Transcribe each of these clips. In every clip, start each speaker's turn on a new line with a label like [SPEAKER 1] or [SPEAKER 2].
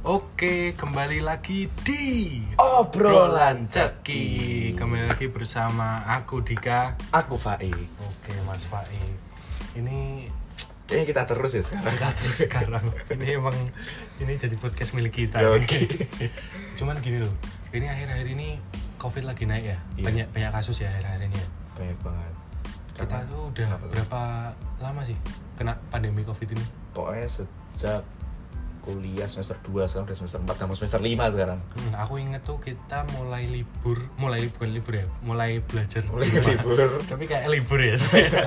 [SPEAKER 1] Oke, kembali lagi di
[SPEAKER 2] Obrolan
[SPEAKER 1] Ceki. Kembali lagi bersama aku Dika.
[SPEAKER 2] Aku Faik.
[SPEAKER 1] Oke, Mas Faik. Ini
[SPEAKER 2] Kayaknya kita terus ya sekarang.
[SPEAKER 1] kita terus sekarang. Ini emang ini jadi podcast milik kita.
[SPEAKER 2] Ya,
[SPEAKER 1] nih.
[SPEAKER 2] oke.
[SPEAKER 1] Cuman gini loh. Ini akhir-akhir ini COVID lagi naik ya.
[SPEAKER 2] Iya.
[SPEAKER 1] Banyak banyak kasus ya akhir-akhir ini. ya.
[SPEAKER 2] Banyak banget.
[SPEAKER 1] Kita
[SPEAKER 2] Karena
[SPEAKER 1] tuh udah
[SPEAKER 2] Kenapa tuh?
[SPEAKER 1] berapa lama sih kena pandemi COVID ini?
[SPEAKER 2] pokoknya sejak kuliah semester 2 sekarang udah semester 4 dan mau semester 5 sekarang.
[SPEAKER 1] Hmm, aku inget tuh kita mulai libur, mulai bukan libur ya, mulai belajar
[SPEAKER 2] Mulai
[SPEAKER 1] di rumah.
[SPEAKER 2] libur
[SPEAKER 1] Tapi kayak libur ya sebenarnya.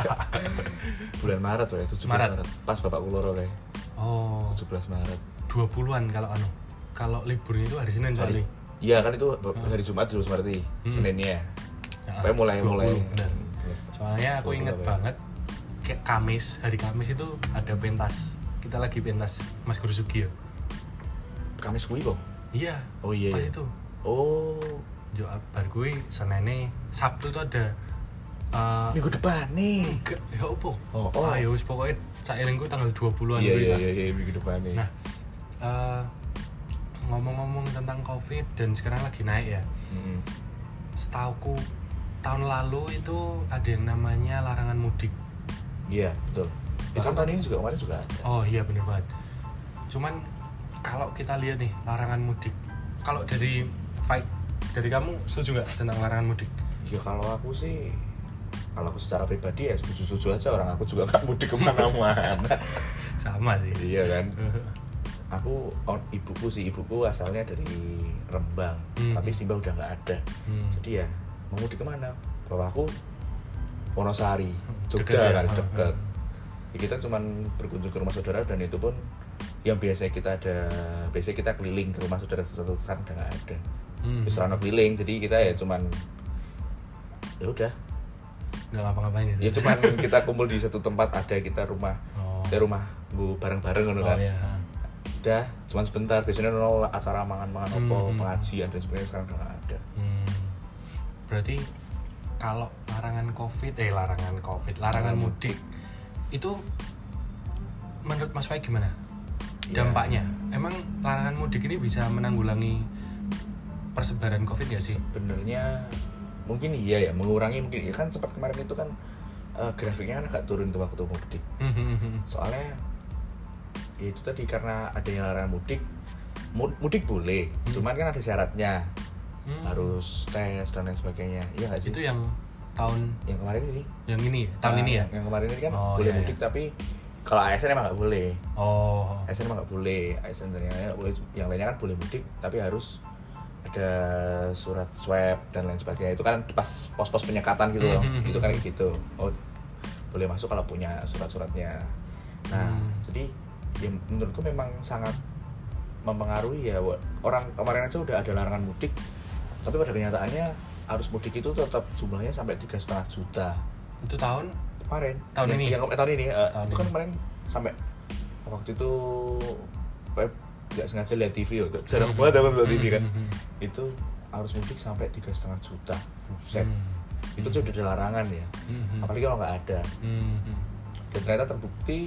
[SPEAKER 2] bulan Maret loh ya, 17
[SPEAKER 1] Maret.
[SPEAKER 2] Maret. Pas Bapak Ulur oleh
[SPEAKER 1] oh,
[SPEAKER 2] 17 Maret.
[SPEAKER 1] 20-an kalau anu. Kalau liburnya itu hari Senin
[SPEAKER 2] Hari-
[SPEAKER 1] soalnya.
[SPEAKER 2] Iya kan itu hari Jumat terus Maret nih, Seninnya.
[SPEAKER 1] Ya,
[SPEAKER 2] Pokoknya
[SPEAKER 1] 20,
[SPEAKER 2] mulai mulai.
[SPEAKER 1] bener. Soalnya aku
[SPEAKER 2] 20
[SPEAKER 1] inget
[SPEAKER 2] apa ya?
[SPEAKER 1] banget kayak Kamis, hari Kamis itu ada pentas. Kita lagi pentas Mas Guru Sugi ya.
[SPEAKER 2] Kamis kuwi kok.
[SPEAKER 1] Iya.
[SPEAKER 2] Oh, iya,
[SPEAKER 1] Pas
[SPEAKER 2] iya.
[SPEAKER 1] itu.
[SPEAKER 2] Oh,
[SPEAKER 1] Yo bar gue Senin Sabtu itu ada eh,
[SPEAKER 2] minggu depan nih.
[SPEAKER 1] Enggak, ya opo.
[SPEAKER 2] Oh,
[SPEAKER 1] Ah,
[SPEAKER 2] oh.
[SPEAKER 1] ya wis pokoknya cak elingku tanggal 20-an
[SPEAKER 2] Iya
[SPEAKER 1] kuwi
[SPEAKER 2] iya
[SPEAKER 1] lah.
[SPEAKER 2] iya iya, minggu depan nih.
[SPEAKER 1] Nah, eh, ngomong-ngomong tentang Covid dan sekarang lagi naik ya.
[SPEAKER 2] Mm.
[SPEAKER 1] Setauku tahun lalu itu ada yang namanya larangan mudik.
[SPEAKER 2] Iya, betul.
[SPEAKER 1] Itu-
[SPEAKER 2] Bahkan tahun ini juga kemarin juga ada.
[SPEAKER 1] Oh iya bener banget. Cuman kalau kita lihat nih larangan mudik. Kalau dari fight dari kamu setuju nggak tentang larangan mudik?
[SPEAKER 2] Ya kalau aku sih kalau aku secara pribadi ya setuju-setuju aja orang aku juga gak mudik kemana-mana
[SPEAKER 1] Sama sih.
[SPEAKER 2] iya kan
[SPEAKER 1] Hmm.
[SPEAKER 2] aku on ibuku sih ibuku asalnya dari Rembang
[SPEAKER 1] Hmm.
[SPEAKER 2] tapi Simba udah nggak ada
[SPEAKER 1] Hmm.
[SPEAKER 2] jadi ya mau mudik kemana bawa aku Wonosari
[SPEAKER 1] Deket
[SPEAKER 2] Jogja
[SPEAKER 1] ya?
[SPEAKER 2] kan
[SPEAKER 1] Hmm.
[SPEAKER 2] deket Ya, kita cuman berkunjung ke rumah saudara dan itu pun yang biasanya kita ada biasanya kita keliling ke rumah saudara satu satu udah nggak ada
[SPEAKER 1] Hmm.
[SPEAKER 2] terus rano keliling jadi kita ya cuman ya udah
[SPEAKER 1] Nggak ngapa-ngapain itu.
[SPEAKER 2] ya cuman kita kumpul di satu tempat ada kita rumah
[SPEAKER 1] Oh.
[SPEAKER 2] kita rumah bu bareng-bareng gitu
[SPEAKER 1] Oh
[SPEAKER 2] kan
[SPEAKER 1] iya. ha.
[SPEAKER 2] udah cuman sebentar biasanya nol acara mangan-mangan
[SPEAKER 1] Hmm,
[SPEAKER 2] apa
[SPEAKER 1] hmm.
[SPEAKER 2] pengajian dan sebagainya sekarang udah nggak ada
[SPEAKER 1] Hmm, berarti kalau larangan covid eh larangan covid larangan mudik itu menurut Mas Fai gimana
[SPEAKER 2] Iya.
[SPEAKER 1] dampaknya emang larangan mudik ini bisa menanggulangi persebaran covid ya sih
[SPEAKER 2] sebenarnya mungkin iya ya mengurangi mungkin ya kan sempat kemarin itu kan eh, grafiknya kan agak turun tuh waktu mudik
[SPEAKER 1] Hmm, hmm, hmm.
[SPEAKER 2] soalnya ya itu tadi karena ada yang larangan mudik Mu- mudik boleh cuman kan ada syaratnya
[SPEAKER 1] Hmm.
[SPEAKER 2] harus tes dan lain sebagainya iya nggak sih
[SPEAKER 1] itu ya? yang tahun
[SPEAKER 2] yang kemarin ini
[SPEAKER 1] yang ini ya? tahun
[SPEAKER 2] Nah,
[SPEAKER 1] ini ya
[SPEAKER 2] Yang kemarin ini kan
[SPEAKER 1] Oh,
[SPEAKER 2] boleh
[SPEAKER 1] iya,
[SPEAKER 2] mudik tapi kalau ASN emang nggak boleh.
[SPEAKER 1] oh
[SPEAKER 2] ASN emang nggak boleh. ASN dan yang lainnya nggak boleh. Yang lainnya kan boleh mudik tapi harus ada surat swab dan lain sebagainya. Itu kan pas pos-pos penyekatan gitu loh.
[SPEAKER 1] Mhm.
[SPEAKER 2] Itu kan kayak gitu. Oh, boleh masuk kalau punya surat-suratnya. Nah,
[SPEAKER 1] Hmm.
[SPEAKER 2] jadi ya menurutku memang sangat mempengaruhi ya Wa- orang kemarin aja udah ada larangan mudik tapi pada kenyataannya arus mudik itu tetap jumlahnya sampai tiga setengah juta
[SPEAKER 1] itu tahun
[SPEAKER 2] kemarin
[SPEAKER 1] Tahun
[SPEAKER 2] Yang-
[SPEAKER 1] ini?
[SPEAKER 2] yang eh, tahun ini eh,
[SPEAKER 1] Tahun
[SPEAKER 2] itu kan
[SPEAKER 1] ini.
[SPEAKER 2] kemarin sampai waktu itu Pep nggak sengaja lihat TV ya tuh. jarang
[SPEAKER 1] Mhm.
[SPEAKER 2] banget aku lihat TV
[SPEAKER 1] Mhm,
[SPEAKER 2] kan
[SPEAKER 1] mhm.
[SPEAKER 2] itu arus mudik sampai tiga setengah juta buset
[SPEAKER 1] Hmm.
[SPEAKER 2] itu aja udah ada larangan ya
[SPEAKER 1] Hmm, hmm.
[SPEAKER 2] apalagi kalau nggak ada
[SPEAKER 1] Hmm, hmm.
[SPEAKER 2] dan ternyata terbukti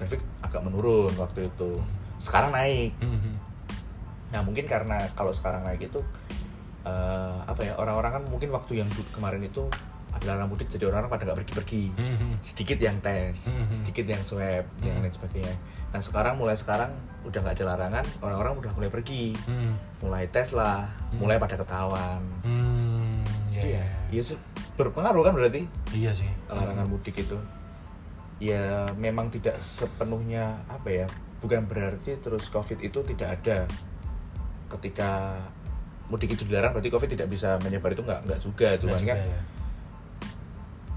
[SPEAKER 2] grafik agak menurun waktu itu sekarang naik
[SPEAKER 1] Hmm, hmm.
[SPEAKER 2] nah mungkin karena kalau sekarang naik itu eh, apa ya orang-orang kan mungkin waktu yang du- kemarin itu ada larangan mudik jadi orang-orang pada nggak pergi-pergi
[SPEAKER 1] Hmm, hmm.
[SPEAKER 2] sedikit yang tes,
[SPEAKER 1] Mhm.
[SPEAKER 2] sedikit yang swab,
[SPEAKER 1] Mhm.
[SPEAKER 2] yang lain sebagainya. Nah sekarang mulai sekarang udah nggak ada larangan, orang-orang udah mulai pergi,
[SPEAKER 1] Hmm.
[SPEAKER 2] mulai tes lah,
[SPEAKER 1] Mhm.
[SPEAKER 2] mulai pada ketahuan.
[SPEAKER 1] Hmm, ya,
[SPEAKER 2] Mm-hmm. Iya,
[SPEAKER 1] ya.
[SPEAKER 2] iya sih berpengaruh kan berarti
[SPEAKER 1] iya sih
[SPEAKER 2] larangan mudik itu. Ya memang tidak sepenuhnya apa ya, bukan berarti terus covid itu tidak ada. Ketika mudik itu dilarang berarti covid tidak bisa menyebar itu nggak nggak juga, cuman
[SPEAKER 1] Nggak
[SPEAKER 2] kan
[SPEAKER 1] juga ya.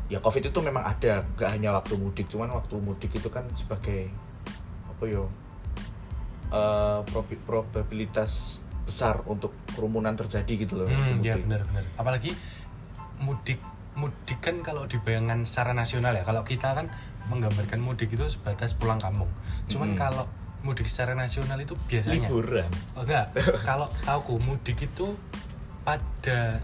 [SPEAKER 2] ya covid itu memang ada nggak hanya waktu mudik cuman waktu mudik itu kan sebagai apa yo eh, probi- probabilitas besar untuk kerumunan terjadi gitu loh waktu
[SPEAKER 1] Hmm, ya
[SPEAKER 2] mudik.
[SPEAKER 1] benar benar. Apalagi mudik mudik kan kalau dibayangkan secara nasional ya. Kalau kita kan menggambarkan mudik itu sebatas pulang kampung. Cuman
[SPEAKER 2] Mm-mm.
[SPEAKER 1] kalau mudik secara nasional itu biasanya
[SPEAKER 2] liburan
[SPEAKER 1] Oh, enggak. kalau setauku mudik itu pada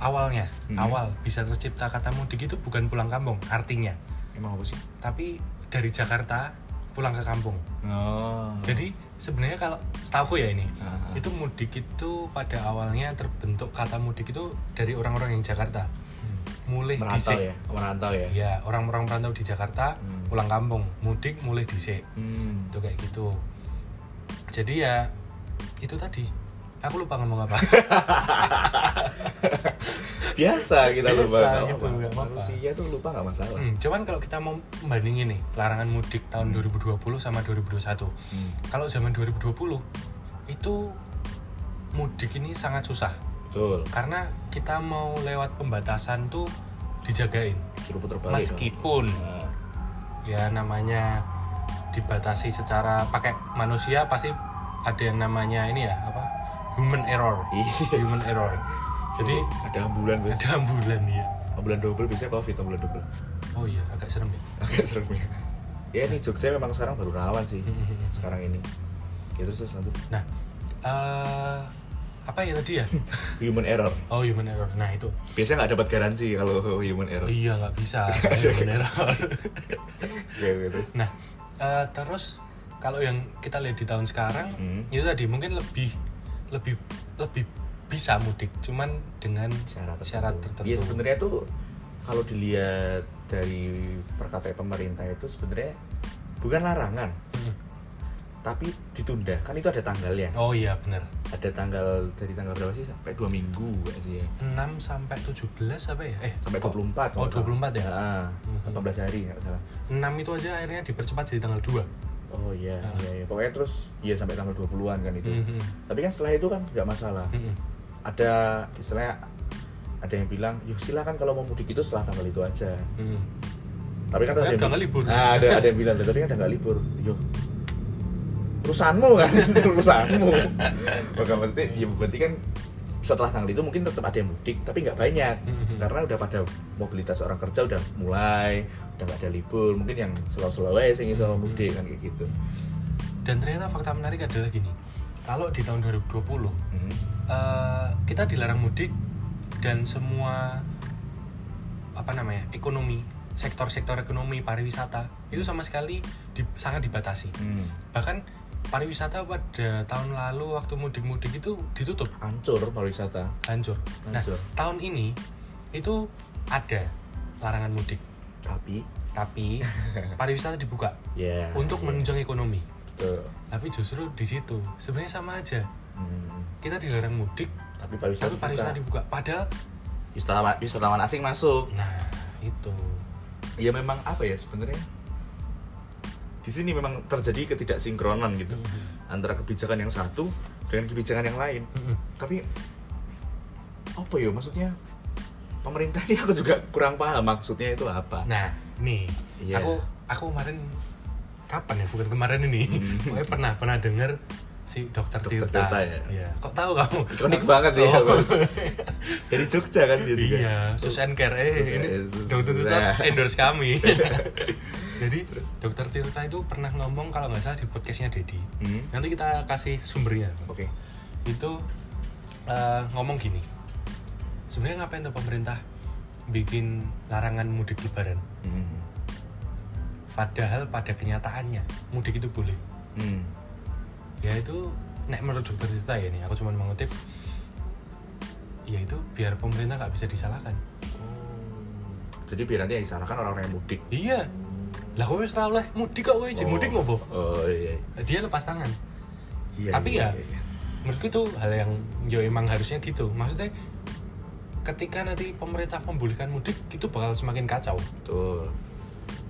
[SPEAKER 1] awalnya,
[SPEAKER 2] Mm.
[SPEAKER 1] awal bisa tercipta kata mudik itu bukan pulang kampung artinya.
[SPEAKER 2] emang apa sih
[SPEAKER 1] Tapi dari Jakarta pulang ke kampung.
[SPEAKER 2] Oh.
[SPEAKER 1] Jadi sebenarnya kalau setahu ya ini,
[SPEAKER 2] Ah.
[SPEAKER 1] itu mudik itu pada awalnya terbentuk kata mudik itu dari orang-orang yang Jakarta. Mulai
[SPEAKER 2] Hmm. merantau
[SPEAKER 1] dhisik.
[SPEAKER 2] ya, merantau ya.
[SPEAKER 1] Iya, orang-orang perantau di Jakarta
[SPEAKER 2] Hmm.
[SPEAKER 1] pulang kampung, mudik mulai dhisik.
[SPEAKER 2] Hmm.
[SPEAKER 1] Itu kayak gitu. Jadi ya itu tadi. Aku lupa ngomong apa.
[SPEAKER 2] Biasa kita
[SPEAKER 1] Biasa
[SPEAKER 2] lupa nggak
[SPEAKER 1] gitu, nggak apa-apa.
[SPEAKER 2] Manusia tuh lupa nggak masalah.
[SPEAKER 1] Hmm, cuman kalau kita mau bandingin nih larangan mudik tahun 2020 sama 2021.
[SPEAKER 2] Hmm.
[SPEAKER 1] Kalau zaman 2020 itu mudik ini sangat susah
[SPEAKER 2] Betul.
[SPEAKER 1] karena kita mau lewat pembatasan tuh dijagain.
[SPEAKER 2] Suruh putar balik.
[SPEAKER 1] Meskipun
[SPEAKER 2] Nah,
[SPEAKER 1] ya namanya dibatasi secara pakai manusia pasti ada yang namanya ini ya apa? human error.
[SPEAKER 2] Yes.
[SPEAKER 1] Human error. Jadi
[SPEAKER 2] ada ambulan guys.
[SPEAKER 1] ada ambulan ya.
[SPEAKER 2] Ambulan double biasanya covid ambulan double.
[SPEAKER 1] Oh iya, agak serem ya.
[SPEAKER 2] Agak serem ya. Ya nih Jogja memang sekarang baru rawan sih. Sekarang ini. Ya terus terus lanjut.
[SPEAKER 1] Nah, eh apa ya tadi ya?
[SPEAKER 2] Human error.
[SPEAKER 1] Oh human error. Nah itu.
[SPEAKER 2] Biasanya nggak dapat garansi kalau human
[SPEAKER 1] Oh,
[SPEAKER 2] error.
[SPEAKER 1] iya nggak bisa soalnya human error.
[SPEAKER 2] Kayak gitu.
[SPEAKER 1] nah eh, terus kalau yang kita lihat di tahun sekarang ya
[SPEAKER 2] Hmm.
[SPEAKER 1] itu tadi mungkin lebih lebih lebih bisa mudik, cuman dengan
[SPEAKER 2] syarat tertentu.
[SPEAKER 1] syarat tertentu.
[SPEAKER 2] Iya sebenarnya tuh kalau dilihat dari perkataan pemerintah itu sebenarnya bukan larangan,
[SPEAKER 1] Mm.
[SPEAKER 2] tapi ditunda. Kan itu ada tanggalnya.
[SPEAKER 1] Oh iya benar.
[SPEAKER 2] Ada tanggal dari tanggal berapa sih sampai dua minggu kayak sih ya.
[SPEAKER 1] 6 sampai 17 apa ya? Eh,
[SPEAKER 2] Sampai
[SPEAKER 1] kok-
[SPEAKER 2] 24
[SPEAKER 1] Oh, 24 ya.
[SPEAKER 2] Heeh.
[SPEAKER 1] Mhm.
[SPEAKER 2] 18 hari nggak salah
[SPEAKER 1] 6 itu aja akhirnya dipercepat jadi tanggal 2.
[SPEAKER 2] Oh iya,
[SPEAKER 1] Ah.
[SPEAKER 2] iya, iya. Pokoknya terus iya sampai tanggal 20-an kan itu.
[SPEAKER 1] Mhm.
[SPEAKER 2] Tapi kan setelah itu kan nggak masalah.
[SPEAKER 1] Mhm.
[SPEAKER 2] Ada istilahnya ada yang bilang, yuk silakan kalau mau mudik itu setelah tanggal itu aja.
[SPEAKER 1] Mhm.
[SPEAKER 2] Tapi kan
[SPEAKER 1] Kan
[SPEAKER 2] ada yang-
[SPEAKER 1] udah nggak libur.
[SPEAKER 2] Nah, ada ada yang bilang, "Loh, tapi kan udah nggak libur. Yuk perusahaanmu kan perusahaanmu maka berarti ya berarti kan setelah tanggal itu mungkin tetap ada yang mudik tapi nggak banyak
[SPEAKER 1] Mhm.
[SPEAKER 2] karena udah pada mobilitas orang kerja udah mulai udah nggak ada libur mungkin yang slow-slow aja sing iso
[SPEAKER 1] Mhm.
[SPEAKER 2] mudik kan kayak gitu
[SPEAKER 1] Dan ternyata fakta menarik adalah gini. Kalau di tahun 2020
[SPEAKER 2] Mm-hmm.
[SPEAKER 1] eh, kita dilarang mudik dan semua apa namanya ekonomi sektor-sektor ekonomi pariwisata itu sama sekali di- sangat dibatasi
[SPEAKER 2] Hmm.
[SPEAKER 1] bahkan pariwisata pada tahun lalu waktu mudik-mudik itu ditutup
[SPEAKER 2] hancur pariwisata
[SPEAKER 1] hancur nah
[SPEAKER 2] Hancur.
[SPEAKER 1] tahun ini itu ada larangan mudik
[SPEAKER 2] tapi
[SPEAKER 1] tapi pariwisata dibuka
[SPEAKER 2] ya
[SPEAKER 1] untuk
[SPEAKER 2] ya, gitu.
[SPEAKER 1] menunjang ekonomi
[SPEAKER 2] betul.
[SPEAKER 1] tapi justru di situ sebenarnya sama aja
[SPEAKER 2] Hmm.
[SPEAKER 1] kita dilarang mudik
[SPEAKER 2] tapi pariwisata,
[SPEAKER 1] tapi pariwisata dibuka
[SPEAKER 2] dibuka.
[SPEAKER 1] padahal
[SPEAKER 2] wisatawan wisatawan asing masuk
[SPEAKER 1] Nah, itu.
[SPEAKER 2] ya memang apa ya sebenarnya di sini memang terjadi ketidaksinkronan gitu
[SPEAKER 1] Hmm.
[SPEAKER 2] antara kebijakan yang satu dengan kebijakan yang lain tapi apa ya maksudnya pemerintah ini aku juga kurang paham maksudnya itu apa
[SPEAKER 1] Nah, nih,
[SPEAKER 2] Iya.
[SPEAKER 1] aku aku kemarin kapan ya? Bukan kemarin ini.
[SPEAKER 2] Hmm.
[SPEAKER 1] Pokoknya pernah pernah denger si dokter
[SPEAKER 2] Dokter
[SPEAKER 1] Tirta.
[SPEAKER 2] Tirta ya?
[SPEAKER 1] Iya. Kok tahu kamu?
[SPEAKER 2] ikonik banget ya
[SPEAKER 1] Oh.
[SPEAKER 2] bos dari Jogja kan dia juga
[SPEAKER 1] Iya, Susan Care. Eh,
[SPEAKER 2] Susan-
[SPEAKER 1] ini
[SPEAKER 2] Sus-
[SPEAKER 1] dokter Tirta
[SPEAKER 2] Nah.
[SPEAKER 1] endorse kami. Jadi, dokter Tirta itu pernah ngomong kalau nggak salah di podcastnya Dedi.
[SPEAKER 2] Hmm.
[SPEAKER 1] Nanti kita kasih sumbernya.
[SPEAKER 2] oke
[SPEAKER 1] itu eh, ngomong gini sebenarnya ngapain tuh pemerintah bikin larangan mudik lebaran
[SPEAKER 2] Hmm.
[SPEAKER 1] padahal pada kenyataannya mudik itu boleh
[SPEAKER 2] Hmm.
[SPEAKER 1] yaitu nek menurut dokter Tirta ya nih aku cuma mengutip yaitu biar pemerintah nggak bisa disalahkan
[SPEAKER 2] jadi biar nanti yang disalahkan orang-orang yang mudik
[SPEAKER 1] iya lah kowe wis ora oleh mudik kok kowe jek mudik ngopo
[SPEAKER 2] oh iya,
[SPEAKER 1] dia lepas tangan
[SPEAKER 2] iya
[SPEAKER 1] Tapi
[SPEAKER 2] iya,
[SPEAKER 1] ya,
[SPEAKER 2] iya.
[SPEAKER 1] menurutku itu hal yang ya emang harusnya gitu maksudnya ketika nanti pemerintah membolehkan mudik itu bakal semakin kacau
[SPEAKER 2] betul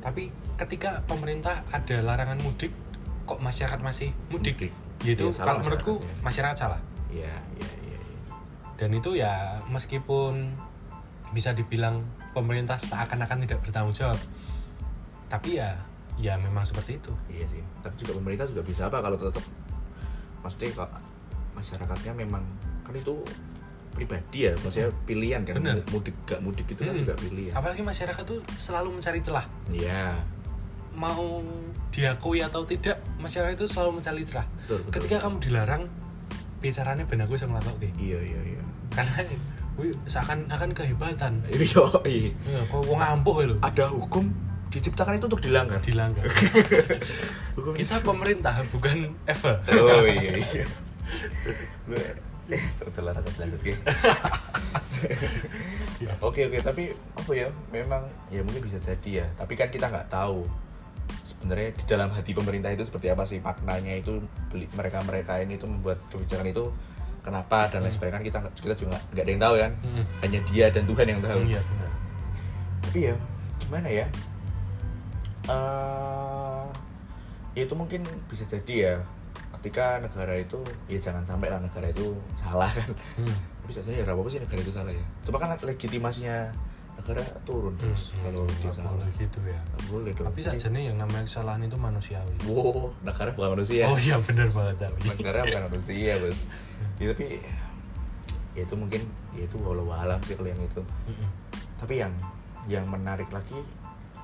[SPEAKER 1] tapi ketika pemerintah ada larangan mudik kok masyarakat masih mudik,
[SPEAKER 2] Mudik.
[SPEAKER 1] yaitu
[SPEAKER 2] Iya, salah
[SPEAKER 1] kalau menurutku
[SPEAKER 2] masyarakatnya.
[SPEAKER 1] masyarakat salah
[SPEAKER 2] iya iya iya iya.
[SPEAKER 1] dan itu ya meskipun bisa dibilang pemerintah seakan-akan tidak bertanggung jawab tapi ya ya memang seperti itu
[SPEAKER 2] Iya sih. Tapi juga pemerintah juga bisa apa kalau tetap maksudnya kalau masyarakatnya memang kan itu pribadi ya, maksudnya pilihan kan
[SPEAKER 1] Bener.
[SPEAKER 2] mudik gak mudik itu kan
[SPEAKER 1] Mm-mm.
[SPEAKER 2] juga pilihan.
[SPEAKER 1] Hmm. apalagi masyarakat tuh selalu mencari celah
[SPEAKER 2] Iya.
[SPEAKER 1] mau diakui atau tidak masyarakat itu selalu mencari celah
[SPEAKER 2] Betul, betul.
[SPEAKER 1] ketika kamu dilarang bicaranya ben aku sama oke
[SPEAKER 2] Iya iya iya.
[SPEAKER 1] karena wih, seakan-akan kehebatan
[SPEAKER 2] Iya. iya.
[SPEAKER 1] ya,
[SPEAKER 2] Ah.
[SPEAKER 1] kok wong ampuh lho
[SPEAKER 2] Ada hukum diciptakan itu untuk dilanggar.
[SPEAKER 1] dilanggar.
[SPEAKER 2] Hukum
[SPEAKER 1] Kita pemerintah bukan Eva.
[SPEAKER 2] Oh iya iya. Salah rasa lanjut Ki. Oke oke tapi apa ya memang ya mungkin bisa jadi ya tapi kan kita nggak tahu sebenarnya di dalam hati pemerintah itu seperti apa sih maknanya itu mereka mereka ini itu membuat kebijakan itu kenapa dan lain
[SPEAKER 1] Hmm.
[SPEAKER 2] sebagainya kan kita nggak- kita juga nggak ada yang tahu kan
[SPEAKER 1] Hmm.
[SPEAKER 2] hanya dia dan Tuhan yang tahu
[SPEAKER 1] Iya benar.
[SPEAKER 2] tapi ya gimana ya Eh, ya itu mungkin bisa jadi ya ketika negara itu ya jangan sampai lah negara itu salah kan
[SPEAKER 1] Hmm.
[SPEAKER 2] tapi biasanya ya nggak apa-apa sih negara itu salah ya cuma kan legitimasinya negara turun terus
[SPEAKER 1] Hmm,
[SPEAKER 2] kalau dia
[SPEAKER 1] nggak
[SPEAKER 2] salah
[SPEAKER 1] boleh gitu ya.
[SPEAKER 2] Nggak boleh dong
[SPEAKER 1] Tapi saja nih yang namanya kesalahan itu manusiawi.
[SPEAKER 2] wow negara bukan manusia
[SPEAKER 1] Oh iya benar banget tapi.
[SPEAKER 2] negara bukan manusia bos ya, tapi ya itu mungkin ya itu walau alam sih kalau yang itu
[SPEAKER 1] Mm-mm.
[SPEAKER 2] tapi yang yang menarik lagi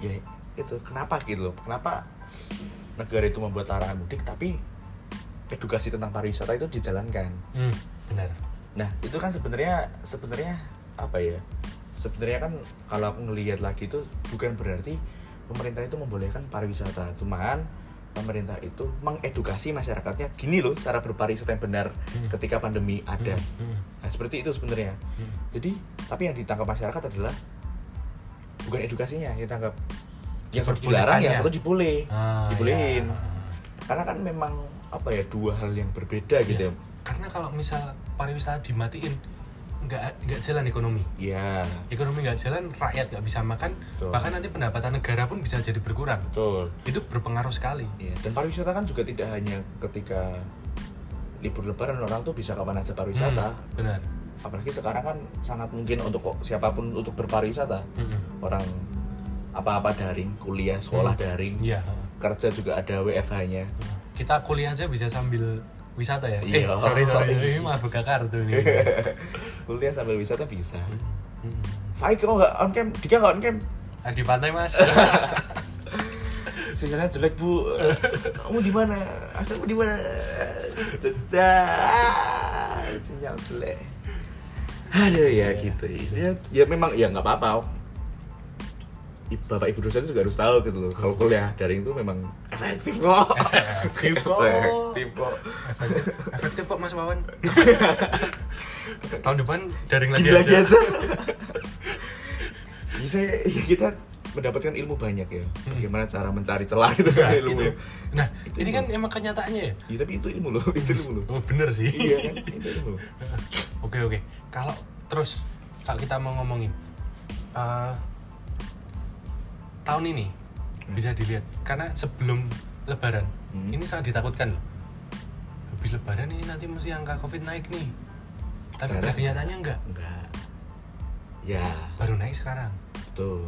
[SPEAKER 2] ya itu kenapa gitu loh kenapa negara itu membuat larangan mudik tapi edukasi tentang pariwisata itu dijalankan
[SPEAKER 1] Hmm, benar.
[SPEAKER 2] nah itu kan sebenarnya sebenarnya apa ya sebenarnya kan kalau aku ngelihat lagi itu bukan berarti pemerintah itu membolehkan pariwisata cuman pemerintah itu mengedukasi masyarakatnya gini loh cara berpariwisata yang benar
[SPEAKER 1] Hmm.
[SPEAKER 2] ketika pandemi ada
[SPEAKER 1] Hmm,
[SPEAKER 2] Nah, seperti itu sebenarnya.
[SPEAKER 1] Hmm.
[SPEAKER 2] Jadi, tapi yang ditangkap masyarakat adalah bukan edukasinya yang ditangkap. Yang satu dilarang,
[SPEAKER 1] Diperbolehkannya.
[SPEAKER 2] ya, yang satu diboleh.
[SPEAKER 1] ya? Ah,
[SPEAKER 2] Dibolehin.
[SPEAKER 1] ya.
[SPEAKER 2] Karena kan memang apa ya dua hal yang berbeda gitu.
[SPEAKER 1] Ya, Karena kalau misal pariwisata dimatiin, nggak nggak jalan ekonomi.
[SPEAKER 2] Ya,
[SPEAKER 1] Ekonomi nggak jalan, rakyat nggak bisa makan,
[SPEAKER 2] Betul.
[SPEAKER 1] bahkan nanti pendapatan negara pun bisa jadi berkurang.
[SPEAKER 2] betul.
[SPEAKER 1] Itu berpengaruh sekali.
[SPEAKER 2] Ya, dan pariwisata kan juga tidak hanya ketika libur lebaran orang tuh bisa kapan aja pariwisata.
[SPEAKER 1] Hmm, benar.
[SPEAKER 2] Apalagi sekarang kan sangat mungkin untuk kok siapapun untuk berpariwisata.
[SPEAKER 1] Mm-mm.
[SPEAKER 2] Orang apa-apa daring, kuliah, sekolah daring,
[SPEAKER 1] Iya.
[SPEAKER 2] kerja juga ada WFH-nya.
[SPEAKER 1] Kita kuliah aja bisa sambil wisata ya.
[SPEAKER 2] Iya.
[SPEAKER 1] Eh, sorry sorry. Ini malah buka kartu nih.
[SPEAKER 2] kuliah sambil wisata bisa
[SPEAKER 1] Mm-mm.
[SPEAKER 2] Faik kok nggak on cam Dika nggak on cam
[SPEAKER 1] Ah, Hmm. di pantai mas.
[SPEAKER 2] sinyalnya jelek bu kamu di mana kamu di mana Cedah. sinyal jelek ada ya gitu ya, ya memang ya nggak apa-apa I- bapak ibu dosen juga harus tahu gitu loh kalau kuliah daring itu memang efektif kok
[SPEAKER 1] Efektif kok.
[SPEAKER 2] efektif kok
[SPEAKER 1] Oh. efektif, efektif kok mas Wawan. Tahun depan daring lagi
[SPEAKER 2] Gini lagi
[SPEAKER 1] aja.
[SPEAKER 2] aja. Bisa ya kita mendapatkan ilmu banyak ya. Bagaimana cara mencari celah gitu
[SPEAKER 1] Hmm. Nah,
[SPEAKER 2] kan ilmu.
[SPEAKER 1] itu.
[SPEAKER 2] ya.
[SPEAKER 1] Nah,
[SPEAKER 2] Itu
[SPEAKER 1] ini
[SPEAKER 2] ilmu.
[SPEAKER 1] kan emang kenyataannya ya.
[SPEAKER 2] Ya, tapi itu ilmu loh, itu ilmu loh.
[SPEAKER 1] Oh, bener sih.
[SPEAKER 2] iya kan, itu ilmu. loh.
[SPEAKER 1] Oke oke. Kalau terus kalau kita mau ngomongin eh, tahun ini bisa dilihat karena sebelum Lebaran
[SPEAKER 2] Hmm.
[SPEAKER 1] ini sangat ditakutkan loh. Habis Lebaran ini nanti mesti angka COVID naik nih. Tapi pada
[SPEAKER 2] Lebaran.
[SPEAKER 1] kenyataannya enggak.
[SPEAKER 2] Enggak. Ya,
[SPEAKER 1] Baru naik sekarang.
[SPEAKER 2] betul.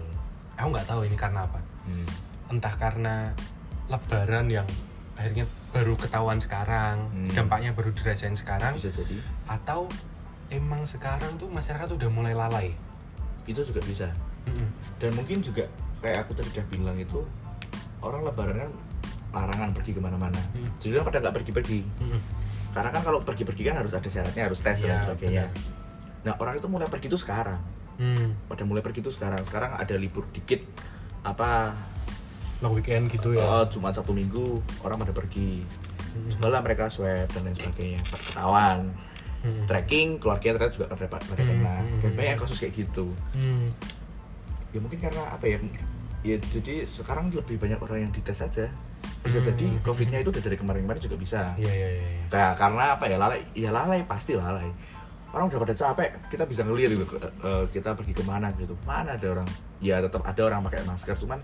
[SPEAKER 1] Aku nggak tahu ini karena apa.
[SPEAKER 2] Hmm.
[SPEAKER 1] Entah karena Lebaran yang akhirnya baru ketahuan sekarang,
[SPEAKER 2] Hmm.
[SPEAKER 1] dampaknya baru dirasain sekarang,
[SPEAKER 2] Bisa jadi
[SPEAKER 1] atau emang sekarang tuh masyarakat udah mulai lalai.
[SPEAKER 2] itu juga bisa.
[SPEAKER 1] Mm-mm.
[SPEAKER 2] Dan mungkin juga kayak aku tadi udah bilang itu orang lebaran kan larangan pergi kemana-mana.
[SPEAKER 1] Hmm.
[SPEAKER 2] Jadi orang pada nggak pergi-pergi.
[SPEAKER 1] Mm-mm.
[SPEAKER 2] Karena kan kalau pergi-pergi kan harus ada syaratnya, harus tes
[SPEAKER 1] Iya,
[SPEAKER 2] dan lain sebagainya.
[SPEAKER 1] benar.
[SPEAKER 2] Nah orang itu mulai pergi itu sekarang.
[SPEAKER 1] Hmm,
[SPEAKER 2] Pada mulai pergi itu sekarang. Sekarang ada libur dikit apa
[SPEAKER 1] long weekend gitu ya.
[SPEAKER 2] eh, Jumat Sabtu Minggu orang pada pergi. Sebelah mereka swab dan lain sebagainya. Ketahuan
[SPEAKER 1] Hmm.
[SPEAKER 2] trekking keluarga ternyata juga pada
[SPEAKER 1] Hmm,
[SPEAKER 2] pada kena.
[SPEAKER 1] hmm,
[SPEAKER 2] Dan
[SPEAKER 1] hmm.
[SPEAKER 2] banyak kasus kayak gitu.
[SPEAKER 1] Hmm.
[SPEAKER 2] Ya mungkin karena apa ya? Ya jadi sekarang lebih banyak orang yang dites saja. Bisa
[SPEAKER 1] Hmm.
[SPEAKER 2] jadi COVID-nya itu udah dari kemarin-kemarin juga bisa.
[SPEAKER 1] Iya iya iya. iya.
[SPEAKER 2] Nah, karena apa ya lalai? Ya lalai pasti lalai. Orang udah pada capek, kita bisa ngelihat gitu ke- eh, kita pergi kemana gitu. Mana ada orang? Ya tetap ada orang pakai masker, cuman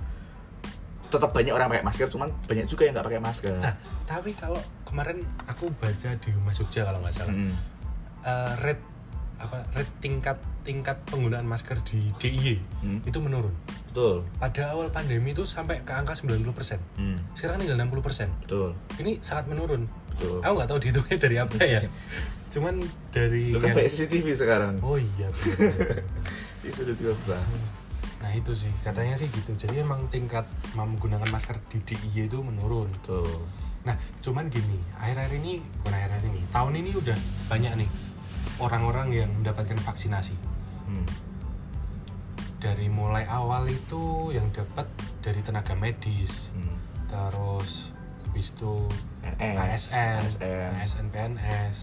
[SPEAKER 2] tetap banyak orang pakai masker, cuman banyak juga yang nggak pakai masker.
[SPEAKER 1] Nah, tapi kalau kemarin aku baca di Humas Jogja kalau nggak salah,
[SPEAKER 2] Mm.
[SPEAKER 1] eh, rate apa rate tingkat tingkat penggunaan masker di DIY
[SPEAKER 2] Hmm.
[SPEAKER 1] itu menurun.
[SPEAKER 2] Betul.
[SPEAKER 1] Pada awal pandemi itu sampai ke angka 90%.
[SPEAKER 2] Mm.
[SPEAKER 1] Sekarang tinggal 60%.
[SPEAKER 2] Betul.
[SPEAKER 1] Ini sangat menurun.
[SPEAKER 2] Betul.
[SPEAKER 1] Aku nggak tahu dihitungnya dari apa ya. Cuman dari
[SPEAKER 2] Lu kan
[SPEAKER 1] yang-
[SPEAKER 2] pakai CCTV sekarang.
[SPEAKER 1] iya? Oh iya. bener.
[SPEAKER 2] Ini sudah tiba
[SPEAKER 1] nah itu sih katanya sih gitu. Jadi emang tingkat menggunakan masker di DIY itu menurun.
[SPEAKER 2] Betul.
[SPEAKER 1] Nah, cuman gini, akhir-akhir ini bukan akhir-akhir ini, tahun ini udah
[SPEAKER 2] Mm,
[SPEAKER 1] banyak nih orang-orang yang mendapatkan vaksinasi.
[SPEAKER 2] Hmm.
[SPEAKER 1] dari mulai awal itu yang dapat dari tenaga medis
[SPEAKER 2] Hmm.
[SPEAKER 1] terus habis itu
[SPEAKER 2] NS,
[SPEAKER 1] ASN
[SPEAKER 2] ASN.
[SPEAKER 1] ASN PNS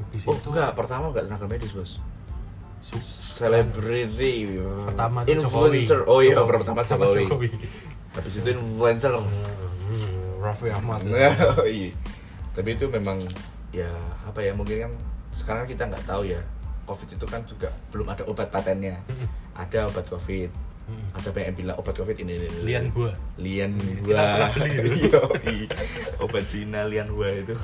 [SPEAKER 1] habis
[SPEAKER 2] Oh
[SPEAKER 1] itu
[SPEAKER 2] enggak, pertama enggak tenaga medis bos
[SPEAKER 1] su-
[SPEAKER 2] Celebrity
[SPEAKER 1] pertama itu Jokowi
[SPEAKER 2] Influencer Oh iya,
[SPEAKER 1] Jokowi.
[SPEAKER 2] pertama Jokowi
[SPEAKER 1] Jokowi
[SPEAKER 2] Habis itu influencer
[SPEAKER 1] Raffi Ahmad Oh,
[SPEAKER 2] Nah, iya. Tapi itu memang ya apa ya mungkin kan sekarang kita nggak tahu ya COVID itu kan juga belum ada obat patennya.
[SPEAKER 1] Mm-mm.
[SPEAKER 2] Ada obat COVID, ada banyak yang bilang obat COVID ini. ini, ini.
[SPEAKER 1] Lian gua
[SPEAKER 2] lian
[SPEAKER 1] Kita pernah
[SPEAKER 2] gua.
[SPEAKER 1] beli itu.
[SPEAKER 2] Yoi. obat Cina lian gua itu.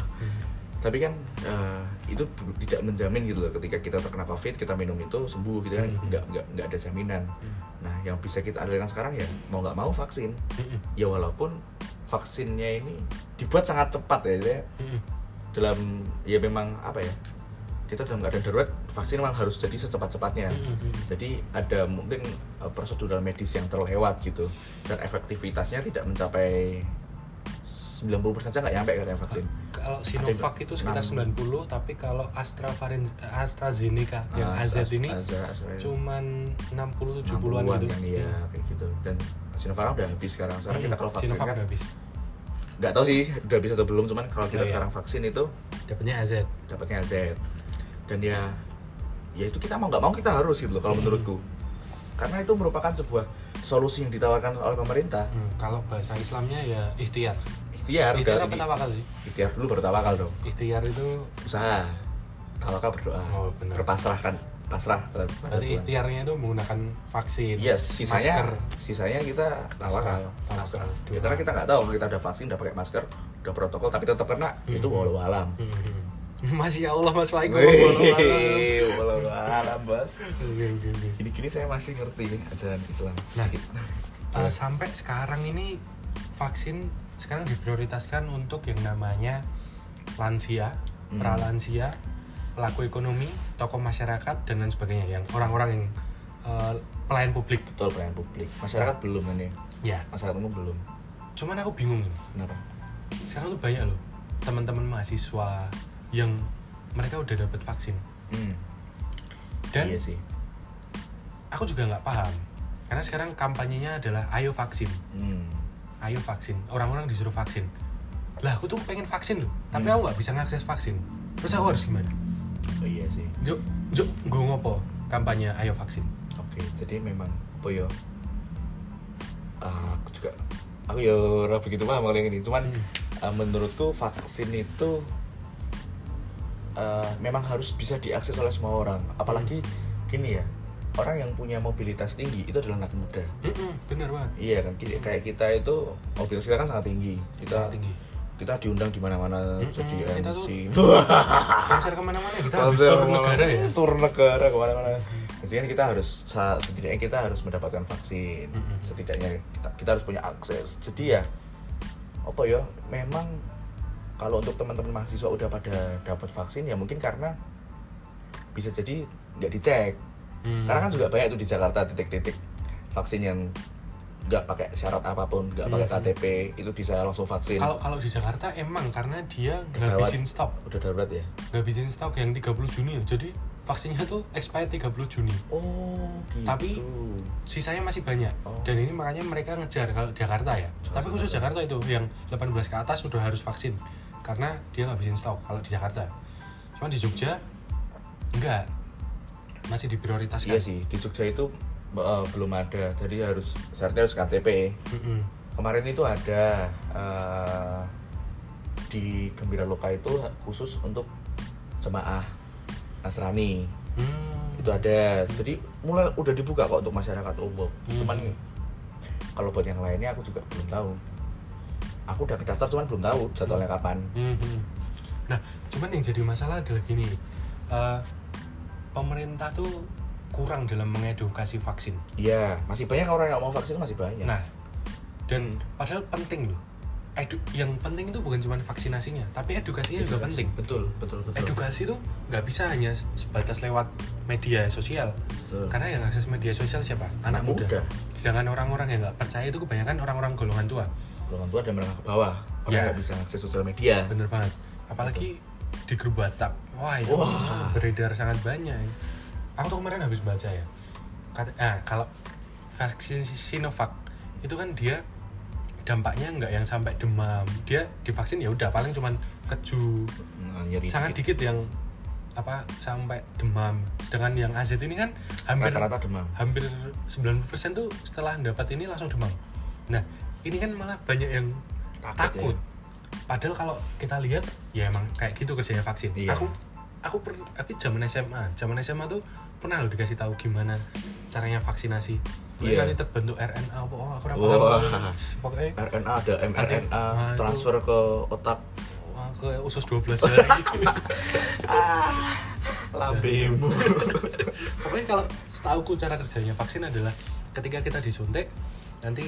[SPEAKER 2] Tapi kan eh, itu bu- tidak menjamin gitu loh ketika kita terkena COVID kita minum itu sembuh gitu kan
[SPEAKER 1] Mm-mm.
[SPEAKER 2] nggak nggak nggak ada jaminan.
[SPEAKER 1] Hmm.
[SPEAKER 2] Nah yang bisa kita alirkan sekarang ya mau nggak mau vaksin
[SPEAKER 1] Mm-mm.
[SPEAKER 2] ya walaupun vaksinnya ini dibuat sangat cepat ya saya
[SPEAKER 1] Mm-mm.
[SPEAKER 2] dalam ya memang apa ya kita dalam keadaan darurat vaksin memang harus jadi secepat cepatnya
[SPEAKER 1] Mm-mm.
[SPEAKER 2] jadi ada mungkin eh, prosedural medis yang terlewat gitu dan efektivitasnya tidak mencapai 90% saja nggak nyampe katanya vaksin
[SPEAKER 1] Kalau Sinovac
[SPEAKER 2] Ada
[SPEAKER 1] itu sekitar
[SPEAKER 2] enam.
[SPEAKER 1] 90, tapi kalau AstraVaren- AstraZeneca yang
[SPEAKER 2] Ah,
[SPEAKER 1] AZ ini
[SPEAKER 2] Astra- Astra-
[SPEAKER 1] cuman 60 70-an
[SPEAKER 2] 60-an
[SPEAKER 1] gitu.
[SPEAKER 2] kan, iya kayak gitu dan Sinovac udah habis sekarang sekarang
[SPEAKER 1] Hmm,
[SPEAKER 2] kita kalau vaksin
[SPEAKER 1] Sinovac
[SPEAKER 2] kan
[SPEAKER 1] udah habis.
[SPEAKER 2] nggak tahu sih udah habis atau belum cuman kalau kita
[SPEAKER 1] Iya, iya.
[SPEAKER 2] sekarang vaksin itu
[SPEAKER 1] Dapatnya AZ.
[SPEAKER 2] dapatnya AZ dan ya ya itu kita mau nggak mau kita harus gitu loh kalau
[SPEAKER 1] Hmm.
[SPEAKER 2] menurutku karena itu merupakan sebuah solusi yang ditawarkan oleh pemerintah
[SPEAKER 1] Hmm, kalau bahasa Islamnya ya ikhtiar.
[SPEAKER 2] ikhtiar
[SPEAKER 1] ikhtiar
[SPEAKER 2] udah
[SPEAKER 1] apa
[SPEAKER 2] ini-
[SPEAKER 1] tawakal sih?
[SPEAKER 2] ikhtiar dulu baru tawakal dong
[SPEAKER 1] Ikhtiar itu
[SPEAKER 2] usaha tawakal berdoa
[SPEAKER 1] Oh, benar.
[SPEAKER 2] berpasrah kan pasrah terhadap pada
[SPEAKER 1] berarti
[SPEAKER 2] Tuhan.
[SPEAKER 1] ikhtiarnya itu menggunakan vaksin.
[SPEAKER 2] yes Iya, sisanya
[SPEAKER 1] masker.
[SPEAKER 2] sisanya kita tawakal
[SPEAKER 1] Tawakal,
[SPEAKER 2] masker
[SPEAKER 1] doa.
[SPEAKER 2] ya, karena kita nggak tahu kita udah vaksin udah pakai masker udah protokol tapi tetap kena itu walau alam
[SPEAKER 1] Hmm. Masya Allah Mas Faik. Oke
[SPEAKER 2] Wih, walau alam bos
[SPEAKER 1] oke oke.
[SPEAKER 2] Gini-gini saya masih ngerti nih ajaran Islam.
[SPEAKER 1] Nah,
[SPEAKER 2] Sedikit. Iya.
[SPEAKER 1] Eh, sampai sekarang ini vaksin sekarang diprioritaskan untuk yang namanya lansia,
[SPEAKER 2] Hmm.
[SPEAKER 1] pralansia, pelaku ekonomi, tokoh masyarakat dan lain sebagainya yang orang-orang yang eh, pelayan publik.
[SPEAKER 2] betul pelayan publik.
[SPEAKER 1] Nah.
[SPEAKER 2] Masyarakat belum kan ya?
[SPEAKER 1] Ya,
[SPEAKER 2] Masyarakat umum belum.
[SPEAKER 1] cuman aku bingung. ini.
[SPEAKER 2] Kenapa?
[SPEAKER 1] Sekarang tuh banyak loh teman-teman mahasiswa yang mereka udah dapat vaksin
[SPEAKER 2] Hmm.
[SPEAKER 1] dan
[SPEAKER 2] iya sih.
[SPEAKER 1] aku juga nggak paham karena sekarang kampanyenya adalah ayo vaksin
[SPEAKER 2] Hmm.
[SPEAKER 1] ayo vaksin orang-orang disuruh vaksin lah aku tuh pengen vaksin loh tapi aku nggak bisa ngakses vaksin terus aku harus gimana
[SPEAKER 2] Oh, iya sih.
[SPEAKER 1] juk juk gue ngopo kampanye ayo vaksin
[SPEAKER 2] Oke, jadi memang apa ya? Ah, aku juga aku ya ora begitu paham kalau yang ini. Cuman
[SPEAKER 1] Hmm.
[SPEAKER 2] eh, menurutku vaksin itu eh, memang harus bisa diakses oleh semua orang. Apalagi
[SPEAKER 1] Hmm.
[SPEAKER 2] gini ya, orang yang punya mobilitas tinggi itu adalah anak muda.
[SPEAKER 1] Mm-mm, bener banget
[SPEAKER 2] Iya kan, ki- kayak kita itu mobilitas kita kan sangat tinggi. Kita
[SPEAKER 1] Sangat tinggi
[SPEAKER 2] kita diundang di mana-mana
[SPEAKER 1] Mm-mm, kita
[SPEAKER 2] jadi MC.
[SPEAKER 1] konser kemana-mana kita habis tur negara ya
[SPEAKER 2] Tur negara kemana-mana. Jadi kan kita harus sa- setidaknya kita harus mendapatkan vaksin.
[SPEAKER 1] Mm-mm.
[SPEAKER 2] Setidaknya kita kita harus punya akses. Jadi ya apa ya, memang kalau untuk teman-teman mahasiswa udah pada dapat vaksin ya mungkin karena bisa jadi nggak dicek
[SPEAKER 1] Hmm.
[SPEAKER 2] karena kan juga banyak tuh di Jakarta titik-titik vaksin yang nggak pakai syarat apapun, nggak pakai
[SPEAKER 1] Hmm.
[SPEAKER 2] KTP, itu bisa langsung vaksin.
[SPEAKER 1] kalau kalau di Jakarta emang karena dia
[SPEAKER 2] Gawat.
[SPEAKER 1] ngabisin stok
[SPEAKER 2] udah darurat ya.
[SPEAKER 1] ngabisin stok yang 30 Juni ya jadi vaksinnya tuh expired 30 Juni
[SPEAKER 2] Oh, gitu.
[SPEAKER 1] Tapi- sisanya masih banyak
[SPEAKER 2] Oh.
[SPEAKER 1] dan ini makanya mereka ngejar kalau Jakarta ya tapi khusus Jakarta itu yang 18 ke atas sudah harus vaksin karena dia ngabisin stok kalau di Jakarta cuma di Jogja enggak masih diprioritaskan
[SPEAKER 2] iya sih di Jogja itu eh, belum ada, jadi harus syaratnya harus KTP.
[SPEAKER 1] Mm-mm.
[SPEAKER 2] Kemarin itu ada eh, di Gembira Loka itu khusus untuk jemaah Nasrani.
[SPEAKER 1] Hmm.
[SPEAKER 2] itu ada jadi mulai udah dibuka kok untuk masyarakat umum cuman kalau buat yang lainnya aku juga belum tahu aku udah daftar cuman belum tahu jadwalnya kapan
[SPEAKER 1] Mhm. Nah, cuman yang jadi masalah adalah gini, eh, pemerintah tuh kurang dalam mengedukasi vaksin.
[SPEAKER 2] iya masih banyak orang yang nggak mau vaksin masih banyak
[SPEAKER 1] Nah, dan
[SPEAKER 2] Hmm.
[SPEAKER 1] padahal penting loh. Edu yang penting itu bukan cuma vaksinasinya, tapi edukasinya juga penting.
[SPEAKER 2] kan betul betul betul
[SPEAKER 1] Edukasi tuh nggak bisa hanya se- sebatas lewat media sosial,
[SPEAKER 2] Betul.
[SPEAKER 1] karena yang akses media sosial siapa? Anak,
[SPEAKER 2] Anak
[SPEAKER 1] muda.
[SPEAKER 2] muda.
[SPEAKER 1] Sedangkan orang-orang yang nggak percaya itu kebanyakan orang-orang golongan tua.
[SPEAKER 2] golongan tua dan menengah ke bawah orang
[SPEAKER 1] Ya.
[SPEAKER 2] nggak bisa akses sosial media
[SPEAKER 1] Bener banget. Apalagi di grup WhatsApp. Wah itu
[SPEAKER 2] Wah.
[SPEAKER 1] beredar sangat banyak. Aku tuh kemarin habis baca ya. Kata, ah, kalau vaksin Sinovac itu kan dia dampaknya nggak yang sampai demam dia divaksin ya udah paling cuman keju
[SPEAKER 2] nyeri
[SPEAKER 1] sangat
[SPEAKER 2] dikit.
[SPEAKER 1] dikit yang apa sampai demam sedangkan yang AZ ini kan hampir
[SPEAKER 2] rata-rata demam
[SPEAKER 1] hampir 90% tuh setelah dapat ini langsung demam nah ini kan malah banyak yang
[SPEAKER 2] Takut, ya.
[SPEAKER 1] takut, padahal kalau kita lihat ya emang kayak gitu kerjanya vaksin
[SPEAKER 2] Iya.
[SPEAKER 1] aku aku per, aku zaman SMA zaman SMA tuh pernah loh dikasih tahu gimana caranya vaksinasi Pokoknya
[SPEAKER 2] Iya.
[SPEAKER 1] nanti terbentuk RNA apa oh, aku
[SPEAKER 2] Wah.
[SPEAKER 1] rapor pokoknya
[SPEAKER 2] RNA ada mRNA
[SPEAKER 1] Nah, itu-
[SPEAKER 2] transfer ke otak
[SPEAKER 1] wah, ke usus 12 hari
[SPEAKER 2] Ah, lambemu
[SPEAKER 1] pokoknya kalau setauku cara kerjanya vaksin adalah ketika kita disuntik nanti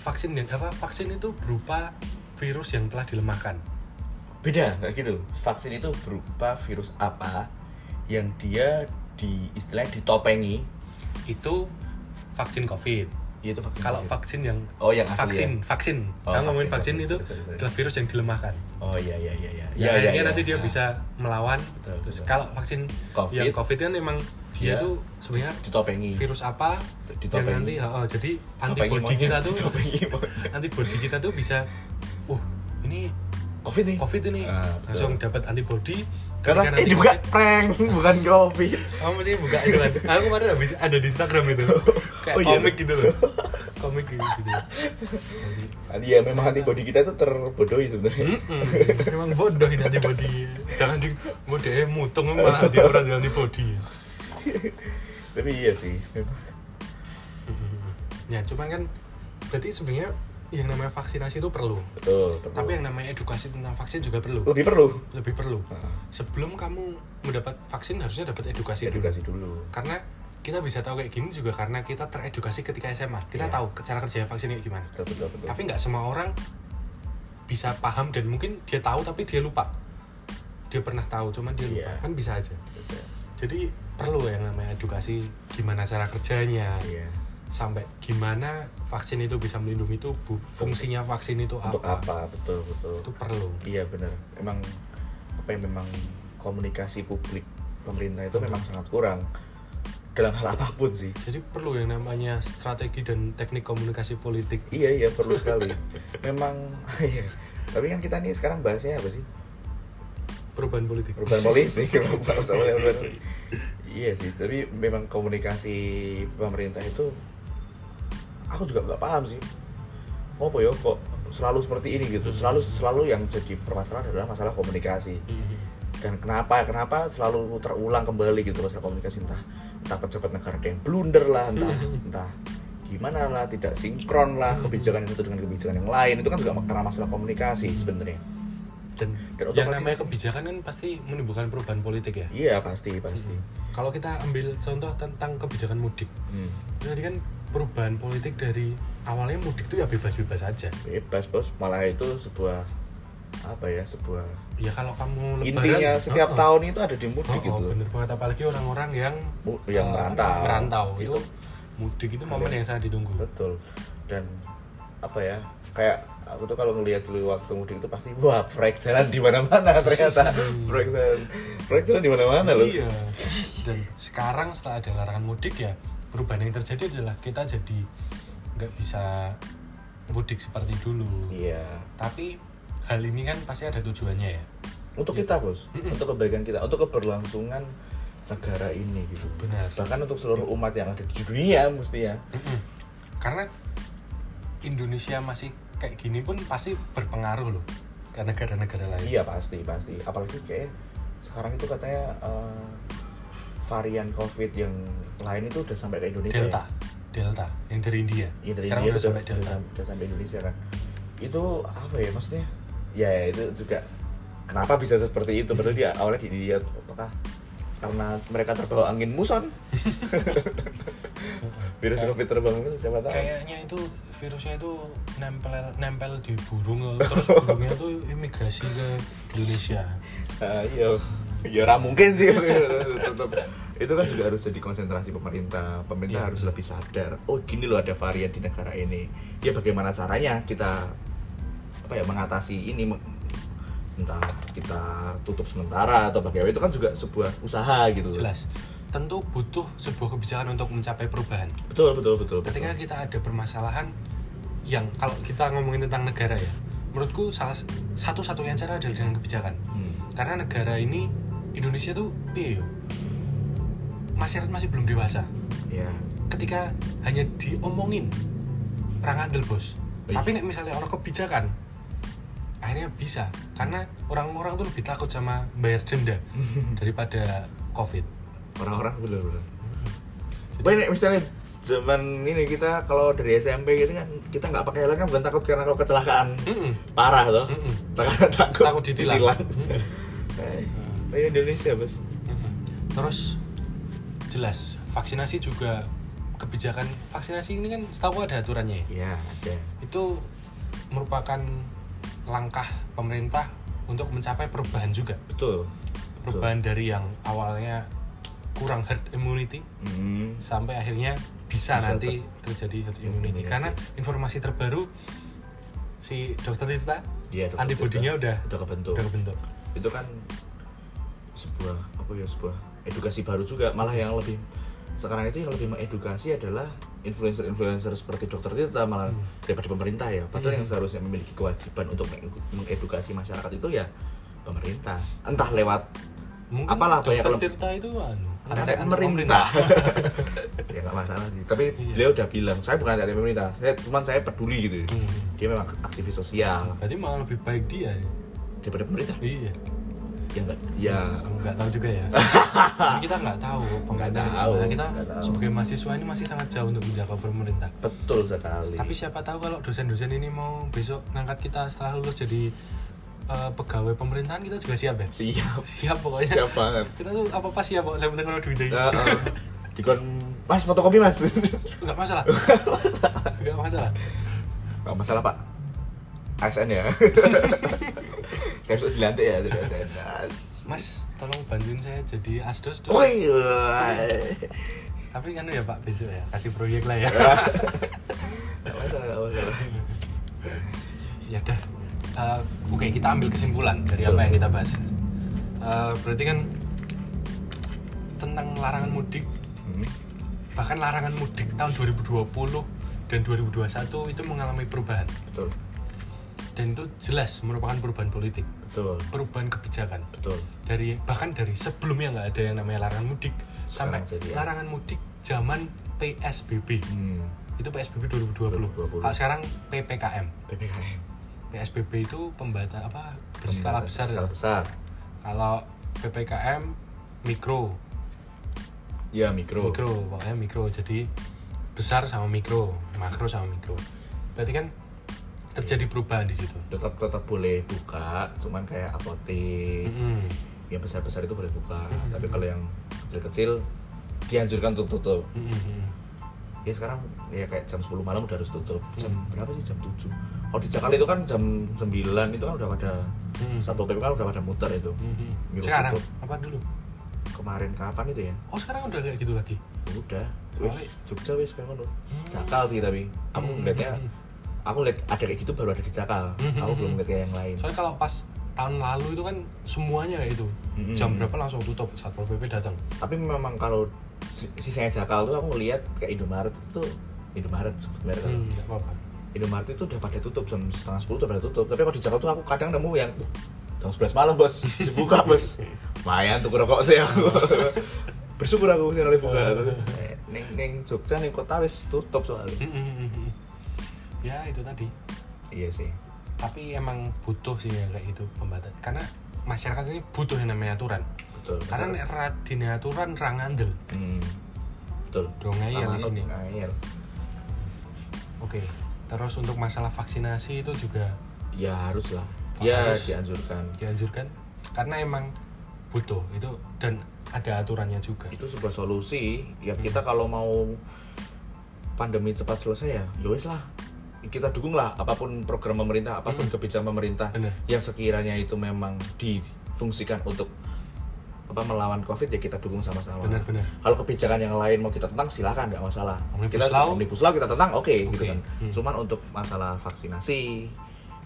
[SPEAKER 1] vaksin yang apa vaksin itu berupa virus yang telah dilemahkan
[SPEAKER 2] beda nggak gitu vaksin itu berupa virus apa yang dia di istilahnya ditopengi
[SPEAKER 1] itu vaksin covid
[SPEAKER 2] yaitu vaksin
[SPEAKER 1] kalau
[SPEAKER 2] COVID.
[SPEAKER 1] vaksin yang
[SPEAKER 2] oh yang asli
[SPEAKER 1] vaksin
[SPEAKER 2] ya?
[SPEAKER 1] vaksin
[SPEAKER 2] Oh,
[SPEAKER 1] Kalau ngomongin
[SPEAKER 2] vaksin,
[SPEAKER 1] vaksin
[SPEAKER 2] vaksin,
[SPEAKER 1] itu
[SPEAKER 2] betul, betul.
[SPEAKER 1] adalah virus yang dilemahkan
[SPEAKER 2] oh iya iya iya iya
[SPEAKER 1] ya, akhirnya nanti dia
[SPEAKER 2] Nah,
[SPEAKER 1] bisa melawan
[SPEAKER 2] Betul,
[SPEAKER 1] terus
[SPEAKER 2] betul.
[SPEAKER 1] kalau vaksin
[SPEAKER 2] Covid. Iya.
[SPEAKER 1] yang covid kan memang dia
[SPEAKER 2] Dia
[SPEAKER 1] itu sebenarnya
[SPEAKER 2] ditopengi
[SPEAKER 1] virus apa yang
[SPEAKER 2] Ditopengi.
[SPEAKER 1] nanti oh, oh, jadi
[SPEAKER 2] Ditopengi
[SPEAKER 1] antibodi
[SPEAKER 2] monyet,
[SPEAKER 1] kita tuh
[SPEAKER 2] ditopengi monyet.
[SPEAKER 1] antibodi kita tuh bisa uh ini
[SPEAKER 2] covid nih
[SPEAKER 1] covid ini
[SPEAKER 2] Ah, betul.
[SPEAKER 1] langsung dapat antibody
[SPEAKER 2] karena Eh,
[SPEAKER 1] Ketika
[SPEAKER 2] ini
[SPEAKER 1] nanti
[SPEAKER 2] bukan
[SPEAKER 1] COVID-
[SPEAKER 2] prank bukan covid
[SPEAKER 1] kamu mesti buka itu kan aku kemarin habis ada di instagram itu kayak
[SPEAKER 2] Oh, iya.
[SPEAKER 1] komik gitu loh komik gitu, gitu. Jadi,
[SPEAKER 2] Iya memang antibody kita itu terbodohi sebenarnya.
[SPEAKER 1] Hmm? mm-mm, emang bodoh ini antibody jangan di mau deh mutung malah dia orang yang antibody
[SPEAKER 2] Tapi iya sih. memang.
[SPEAKER 1] ya cuman kan berarti sebenarnya yang namanya vaksinasi itu perlu
[SPEAKER 2] Betul. perlu.
[SPEAKER 1] tapi yang namanya edukasi tentang vaksin juga perlu
[SPEAKER 2] lebih perlu
[SPEAKER 1] lebih perlu
[SPEAKER 2] Heeh.
[SPEAKER 1] sebelum kamu mendapat vaksin harusnya dapat edukasi dulu
[SPEAKER 2] edukasi dulu.
[SPEAKER 1] karena kita bisa tahu kayak gini juga karena kita teredukasi ketika SMA kita
[SPEAKER 2] Iya.
[SPEAKER 1] tahu cara kerja vaksin kayak gimana
[SPEAKER 2] Betul betul betul.
[SPEAKER 1] tapi nggak semua orang bisa paham dan mungkin dia tahu tapi dia lupa dia pernah tahu cuman dia lupa
[SPEAKER 2] Iya.
[SPEAKER 1] kan bisa aja jadi perlu yang namanya edukasi gimana cara kerjanya
[SPEAKER 2] Iya.
[SPEAKER 1] sampai gimana vaksin itu bisa melindungi tubuh fungsinya vaksin itu
[SPEAKER 2] Untuk
[SPEAKER 1] apa,
[SPEAKER 2] apa? Betul betul.
[SPEAKER 1] itu perlu
[SPEAKER 2] Iya benar. Emang apa yang memang komunikasi publik pemerintah itu memang sangat kurang dalam hal apapun sih.
[SPEAKER 1] jadi perlu yang namanya strategi dan teknik komunikasi politik
[SPEAKER 2] Iya iya perlu sekali. memang iya. Tapi kan kita nih sekarang bahasnya apa sih?
[SPEAKER 1] perubahan politik
[SPEAKER 2] perubahan politik perubahan- perubahan perubahan. iya sih tapi memang komunikasi pemerintah itu aku juga nggak paham sih apa ya kok selalu seperti ini gitu
[SPEAKER 1] Hmm.
[SPEAKER 2] selalu selalu yang jadi permasalahan adalah masalah komunikasi
[SPEAKER 1] Mhm.
[SPEAKER 2] dan kenapa kenapa selalu terulang kembali gitu masalah komunikasi entah entah pejabat negara ada yang blunder lah entah entah gimana lah tidak sinkron lah kebijakan yang satu dengan kebijakan yang lain itu kan juga karena masalah komunikasi sebenarnya
[SPEAKER 1] dan
[SPEAKER 2] Dan
[SPEAKER 1] yang
[SPEAKER 2] otomatis-
[SPEAKER 1] namanya kebijakan kan pasti menimbulkan perubahan politik ya
[SPEAKER 2] iya pasti pasti
[SPEAKER 1] kalau kita ambil contoh tentang kebijakan mudik
[SPEAKER 2] Hmm.
[SPEAKER 1] Jadi kan perubahan politik dari awalnya mudik itu ya bebas-bebas aja.
[SPEAKER 2] bebas bos malah itu sebuah apa ya sebuah
[SPEAKER 1] Ya kalau kamu lebaran
[SPEAKER 2] intinya setiap
[SPEAKER 1] oh,
[SPEAKER 2] tahun itu ada di
[SPEAKER 1] oh,
[SPEAKER 2] mudik
[SPEAKER 1] oh,
[SPEAKER 2] gitu
[SPEAKER 1] bener banget apalagi orang-orang yang
[SPEAKER 2] Mu- yang
[SPEAKER 1] eh,
[SPEAKER 2] merantau. Gitu. Iya.
[SPEAKER 1] merantau itu,
[SPEAKER 2] Itu.
[SPEAKER 1] mudik itu momen yang sangat ditunggu.
[SPEAKER 2] betul dan apa ya kayak aku tuh kalau ngelihat dulu waktu mudik itu pasti wah proyek jalan di mana-mana ternyata proyek jalan proyek jalan di mana-mana loh
[SPEAKER 1] Hmm. Iya. Dan sekarang setelah ada larangan mudik ya perubahan yang terjadi adalah kita jadi nggak bisa mudik seperti dulu.
[SPEAKER 2] iya
[SPEAKER 1] Tapi hal ini kan pasti ada tujuannya ya.
[SPEAKER 2] untuk kita bos untuk kebaikan kita untuk keberlangsungan negara ini gitu
[SPEAKER 1] Benar. Iya.
[SPEAKER 2] bahkan untuk seluruh umat yang ada di dunia mestinya
[SPEAKER 1] Mm-mm. Karena Indonesia masih kayak gini pun pasti berpengaruh loh ke negara-negara lain.
[SPEAKER 2] Iya pasti pasti. Apalagi kayak sekarang itu katanya eh, varian COVID yang lain itu udah sampai ke Indonesia.
[SPEAKER 1] Delta, Delta yang dari India.
[SPEAKER 2] Ya, Iya dari
[SPEAKER 1] Sekarang
[SPEAKER 2] India
[SPEAKER 1] udah sampai Delta.
[SPEAKER 2] sam- udah sampai Indonesia kan. Itu apa ya maksudnya? Ya itu juga kenapa bisa seperti itu? Padahal dia awalnya di India tuh, apakah karena mereka terbawa angin muson? Virus COVID terbawa angin siapa tahu.
[SPEAKER 1] Kayaknya itu virusnya itu nempel nempel di burung terus burungnya tuh imigrasi ke Indonesia.
[SPEAKER 2] Ah, iya ya ora mungkin sih Tetep. itu kan juga harus jadi konsentrasi pemerintah
[SPEAKER 1] Iya.
[SPEAKER 2] pemerintah harus lebih sadar oh gini loh ada varian di negara ini ya bagaimana caranya kita apa ya mengatasi ini me- entah kita tutup sementara atau bagaimana itu kan juga sebuah usaha gitu
[SPEAKER 1] Jelas. tentu butuh sebuah kebijakan untuk mencapai perubahan.
[SPEAKER 2] betul betul betul betul.
[SPEAKER 1] Ketika kita ada permasalahan yang kalau kita ngomongin tentang negara ya, menurutku salah satu-satunya cara adalah dengan kebijakan.
[SPEAKER 2] Hmm.
[SPEAKER 1] Karena negara ini Indonesia tuh piye yo? Masyarakat masih belum dewasa.
[SPEAKER 2] ya
[SPEAKER 1] Ketika hanya diomongin rangandel bos.
[SPEAKER 2] Iya.
[SPEAKER 1] Tapi nek misalnya orang kebijakan akhirnya bisa karena orang-orang tuh lebih takut sama bayar denda daripada covid.
[SPEAKER 2] orang-orang bener bener
[SPEAKER 1] Hmm.
[SPEAKER 2] banyak misalnya zaman ini kita kalau dari SMP gitu kan kita nggak pakai helm kan bukan takut karena kalau kecelakaan
[SPEAKER 1] Mm-mm.
[SPEAKER 2] parah loh
[SPEAKER 1] Mm-mm.
[SPEAKER 2] karena takut
[SPEAKER 1] Takut ditilang. Mm-mm.
[SPEAKER 2] Eh, tapi Indonesia bos
[SPEAKER 1] Mhm. Terus jelas vaksinasi juga kebijakan vaksinasi ini kan setahu aku ada aturannya ya.
[SPEAKER 2] ya ada
[SPEAKER 1] Itu merupakan langkah pemerintah untuk mencapai perubahan juga.
[SPEAKER 2] betul Betul.
[SPEAKER 1] Perubahan dari yang awalnya kurang herd immunity
[SPEAKER 2] Hmm.
[SPEAKER 1] sampai akhirnya bisa,
[SPEAKER 2] Bisa Iya,
[SPEAKER 1] nanti terjadi herd immunity.
[SPEAKER 2] Immunity.
[SPEAKER 1] Karena informasi terbaru si dokter Tirta
[SPEAKER 2] Iya, dokter
[SPEAKER 1] antibodinya udah
[SPEAKER 2] udah kebentuk
[SPEAKER 1] udah kebentuk.
[SPEAKER 2] itu kan sebuah apa ya sebuah edukasi baru juga malah yang lebih sekarang itu yang lebih mengedukasi adalah influencer-influencer seperti dokter Tirta malah
[SPEAKER 1] Hmm.
[SPEAKER 2] daripada pemerintah ya padahal
[SPEAKER 1] Iya.
[SPEAKER 2] yang seharusnya memiliki kewajiban untuk meng- mengedukasi masyarakat itu ya pemerintah entah lewat
[SPEAKER 1] Mungkin
[SPEAKER 2] Apalah, banyak
[SPEAKER 1] dokter
[SPEAKER 2] lem-
[SPEAKER 1] Tirta itu anu,
[SPEAKER 2] anak
[SPEAKER 1] anti- anti
[SPEAKER 2] pemerintah ya nggak masalah sih tapi
[SPEAKER 1] Iya.
[SPEAKER 2] beliau udah bilang saya bukan dari pemerintah saya cuman saya peduli gitu
[SPEAKER 1] Mhm.
[SPEAKER 2] dia memang aktivis sosial
[SPEAKER 1] Berarti malah lebih baik dia ya?
[SPEAKER 2] daripada pemerintah
[SPEAKER 1] Iya.
[SPEAKER 2] ya nggak ya
[SPEAKER 1] Enggak tahu juga ya. Tapi kita nggak tahu pemerintah
[SPEAKER 2] Nggak
[SPEAKER 1] itu
[SPEAKER 2] tahu,
[SPEAKER 1] gimana. Kita
[SPEAKER 2] nggak tahu.
[SPEAKER 1] sebagai mahasiswa ini masih sangat jauh untuk menjaga pemerintah.
[SPEAKER 2] betul sekali
[SPEAKER 1] Tapi siapa tahu kalau dosen-dosen ini mau besok ngangkat kita setelah lulus jadi eh, pegawai pemerintahan kita juga siap ya.
[SPEAKER 2] siap
[SPEAKER 1] Siap pokoknya.
[SPEAKER 2] siap banget
[SPEAKER 1] Kita tuh apa apa siap kok. Yang penting kalau duit aja.
[SPEAKER 2] Heeh. dikon mas fotokopi mas
[SPEAKER 1] Enggak masalah. Enggak masalah.
[SPEAKER 2] nggak masalah pak ASN ya saya sudah dilantik ya dari ASN As-
[SPEAKER 1] Mas, tolong bantuin saya jadi asdos dong.
[SPEAKER 2] Woi, woi.
[SPEAKER 1] Tapi kan ya Pak besok ya kasih proyek lah ya.
[SPEAKER 2] Nggak masalah, nggak masalah.
[SPEAKER 1] ya udah Eh, oke kita ambil kesimpulan dari apa yang kita bahas Eh, berarti kan tentang larangan mudik
[SPEAKER 2] Hmm.
[SPEAKER 1] bahkan larangan mudik tahun 2020 dan 2021 itu mengalami perubahan
[SPEAKER 2] betul
[SPEAKER 1] dan itu jelas merupakan perubahan politik
[SPEAKER 2] betul
[SPEAKER 1] perubahan kebijakan
[SPEAKER 2] betul
[SPEAKER 1] dari bahkan dari sebelumnya nggak ada yang namanya larangan mudik sampai
[SPEAKER 2] Sekarang jadi ya.
[SPEAKER 1] larangan mudik zaman PSBB
[SPEAKER 2] hmm.
[SPEAKER 1] itu PSBB 2020,
[SPEAKER 2] 2020.
[SPEAKER 1] Kalau sekarang PPKM
[SPEAKER 2] PPKM
[SPEAKER 1] PSBB itu pembata apa berskala besar ya?
[SPEAKER 2] Hmm, skala besar
[SPEAKER 1] kalau ppkm mikro
[SPEAKER 2] ya mikro
[SPEAKER 1] mikro pokoknya mikro jadi besar sama mikro makro sama mikro berarti kan terjadi perubahan di situ
[SPEAKER 2] tetap tetap boleh buka cuman kayak apotek
[SPEAKER 1] Mm-mm.
[SPEAKER 2] yang besar besar itu boleh buka
[SPEAKER 1] Hmm.
[SPEAKER 2] tapi kalau yang kecil kecil dianjurkan untuk tutup
[SPEAKER 1] Mm-mm.
[SPEAKER 2] ya sekarang ya kayak jam 10 malam udah harus tutup jam
[SPEAKER 1] Hmm.
[SPEAKER 2] berapa sih jam 7 kalau di Jakarta itu kan jam 9 itu kan udah pada
[SPEAKER 1] Hmm.
[SPEAKER 2] satu PPK kan udah pada muter itu
[SPEAKER 1] Mm-mm.
[SPEAKER 2] Mikro
[SPEAKER 1] Mm-hmm. sekarang
[SPEAKER 2] tutup.
[SPEAKER 1] apa dulu
[SPEAKER 2] kemarin kapan itu ya
[SPEAKER 1] oh sekarang udah kayak gitu lagi
[SPEAKER 2] udah
[SPEAKER 1] Oh,
[SPEAKER 2] wis Jogja wis kayak ngono
[SPEAKER 1] Hmm.
[SPEAKER 2] Jakal sih tapi aku ngeliatnya aku lihat ada kayak gitu baru ada di Jakal
[SPEAKER 1] Hmm.
[SPEAKER 2] aku belum ngeliat kayak yang lain
[SPEAKER 1] soalnya kalau pas tahun lalu itu kan semuanya kayak itu
[SPEAKER 2] Mm-mm.
[SPEAKER 1] jam berapa langsung tutup satpol pp datang
[SPEAKER 2] tapi memang kalau si- sisanya Jakal tuh aku lihat kayak Indomaret itu Indomaret sebenarnya kan.
[SPEAKER 1] hmm. nggak apa-apa
[SPEAKER 2] Indomaret itu udah pada tutup jam setengah sepuluh udah pada tutup tapi kalau di Jakarta tuh aku kadang nemu yang "Uh, jam 11 malam bos dibuka bos lumayan tuh rokok sih aku bersyukur aku sih oleh buka neng neng Jogja neng kota wis tutup soalnya
[SPEAKER 1] Mm-mm. Mm-hmm. ya itu tadi
[SPEAKER 2] iya sih
[SPEAKER 1] tapi emang butuh sih ya kayak gitu pembatas karena masyarakat ini butuh yang namanya aturan
[SPEAKER 2] betul
[SPEAKER 1] karena nek ra dine aturan ra ngandel
[SPEAKER 2] hmm, betul
[SPEAKER 1] Dong ngeyel di
[SPEAKER 2] Lama
[SPEAKER 1] sini.
[SPEAKER 2] nut, ngeyel.
[SPEAKER 1] oke terus untuk masalah vaksinasi itu juga
[SPEAKER 2] ya harus lah ya
[SPEAKER 1] Oh, Harus.
[SPEAKER 2] dianjurkan
[SPEAKER 1] dianjurkan karena emang butuh itu dan ada aturannya juga
[SPEAKER 2] itu sebuah solusi ya kita kalau mau pandemi cepat selesai ya ya wis lah kita dukung lah apapun program pemerintah apapun kebijakan pemerintah
[SPEAKER 1] Hmm. Bener.
[SPEAKER 2] yang sekiranya itu memang difungsikan untuk apa melawan covid ya kita dukung sama-sama
[SPEAKER 1] Bener, bener.
[SPEAKER 2] kalau kebijakan yang lain mau kita tentang silahkan nggak masalah
[SPEAKER 1] Omnibus
[SPEAKER 2] kita
[SPEAKER 1] Law?
[SPEAKER 2] omnibus law kita tentang oke gitu
[SPEAKER 1] Oke.
[SPEAKER 2] kan
[SPEAKER 1] Hmm.
[SPEAKER 2] cuman untuk masalah vaksinasi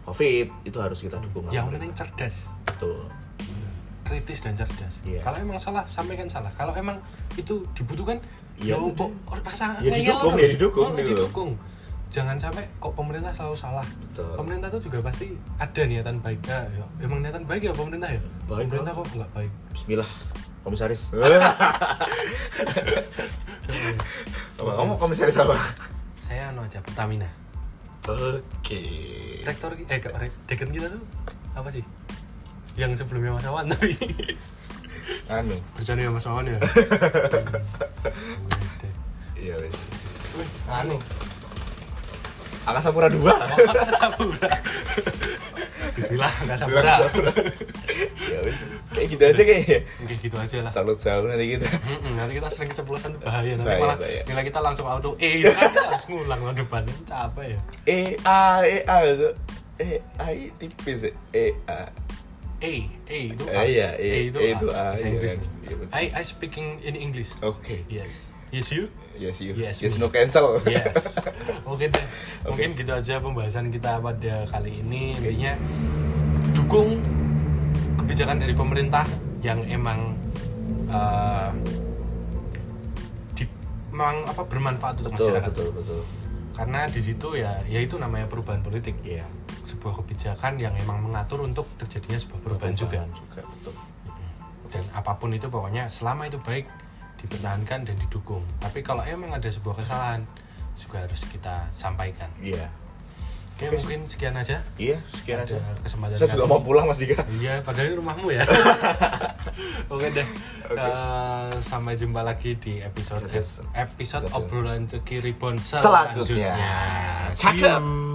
[SPEAKER 2] covid itu harus kita dukung lah
[SPEAKER 1] yang
[SPEAKER 2] pemerintah.
[SPEAKER 1] penting cerdas
[SPEAKER 2] betul
[SPEAKER 1] kritis dan cerdas.
[SPEAKER 2] Iya.
[SPEAKER 1] Kalau emang salah, sampaikan salah. Kalau emang itu dibutuhkan,
[SPEAKER 2] Iya,
[SPEAKER 1] ya
[SPEAKER 2] udah.
[SPEAKER 1] kok rasa
[SPEAKER 2] Ya,
[SPEAKER 1] ngeyel
[SPEAKER 2] didukung,
[SPEAKER 1] loh.
[SPEAKER 2] ya,
[SPEAKER 1] Oh,
[SPEAKER 2] didukung gitu loh.
[SPEAKER 1] didukung. Jangan sampai kok pemerintah selalu salah.
[SPEAKER 2] Betul.
[SPEAKER 1] Pemerintah tuh juga pasti ada niatan baik. Ya, ya. Emang niatan baik ya pemerintah ya?
[SPEAKER 2] Baik
[SPEAKER 1] pemerintah kok nggak baik.
[SPEAKER 2] Bismillah, komisaris.
[SPEAKER 1] Iya.
[SPEAKER 2] Apa kamu komisaris apa?
[SPEAKER 1] Saya anu aja Pertamina.
[SPEAKER 2] Oke. Iya.
[SPEAKER 1] Rektor ki- eh gak, rek- dekan kita tuh apa sih? Yang sebelumnya Mas Awan tapi
[SPEAKER 2] Anu.
[SPEAKER 1] bercanda ya Mas Awan ya.
[SPEAKER 2] Iya wes.
[SPEAKER 1] Wih, anu.
[SPEAKER 2] Angkasa Pura 2.
[SPEAKER 1] Angkasa Sapura. Oh, Bismillah, Angkasa Sapura.
[SPEAKER 2] Ya wes. Kayak gitu aja kayaknya.
[SPEAKER 1] Oke, gitu aja lah.
[SPEAKER 2] Terlalu jauh nanti kita.
[SPEAKER 1] Mm-mm, nanti kita sering keceplosan tuh bahaya. Nanti
[SPEAKER 2] Bahaya,
[SPEAKER 1] malah
[SPEAKER 2] bahaya.
[SPEAKER 1] nilai kita langsung auto E.
[SPEAKER 2] Iya.
[SPEAKER 1] Gitu. Kan kita harus ngulang tahun depan. Capek ya.
[SPEAKER 2] E A E A itu. E A I tipis ya. E A.
[SPEAKER 1] E, E itu
[SPEAKER 2] Eh, iya, E, E itu A,
[SPEAKER 1] Bahasa
[SPEAKER 2] iya
[SPEAKER 1] Inggris.
[SPEAKER 2] kan? Iya, betul.
[SPEAKER 1] I, I speaking in English.
[SPEAKER 2] Oke.
[SPEAKER 1] Yes. Yes you?
[SPEAKER 2] Yes you.
[SPEAKER 1] Iya. Yes,
[SPEAKER 2] Yes,
[SPEAKER 1] me.
[SPEAKER 2] no cancel.
[SPEAKER 1] Yes. Oke deh. Mungkin gitu aja pembahasan kita pada kali ini. Intinya dukung kebijakan dari pemerintah yang emang eh, di, memang apa bermanfaat untuk
[SPEAKER 2] betul,
[SPEAKER 1] masyarakat.
[SPEAKER 2] betul, betul.
[SPEAKER 1] Karena di situ ya ya itu namanya perubahan politik.
[SPEAKER 2] Iya.
[SPEAKER 1] Sebuah kebijakan yang emang mengatur untuk terjadinya sebuah perubahan juga.
[SPEAKER 2] juga betul.
[SPEAKER 1] Dan apapun itu pokoknya selama itu baik dipertahankan dan didukung. Tapi kalau emang ada sebuah kesalahan juga harus kita sampaikan.
[SPEAKER 2] Iya.
[SPEAKER 1] Oke, mungkin sekian aja.
[SPEAKER 2] Iya, sekian
[SPEAKER 1] Ada
[SPEAKER 2] aja.
[SPEAKER 1] kesempatan
[SPEAKER 2] Saya juga
[SPEAKER 1] kali
[SPEAKER 2] mau
[SPEAKER 1] ini.
[SPEAKER 2] pulang Mas Dika.
[SPEAKER 1] Iya, padahal ini rumahmu ya. Oke deh.
[SPEAKER 2] Oke.
[SPEAKER 1] Eh, sampai jumpa lagi di episode
[SPEAKER 2] Episode-
[SPEAKER 1] episode
[SPEAKER 2] episode.
[SPEAKER 1] obrolan ceki ribon selanjutnya.
[SPEAKER 2] Selanjutnya.
[SPEAKER 1] See you.
[SPEAKER 2] Cakep.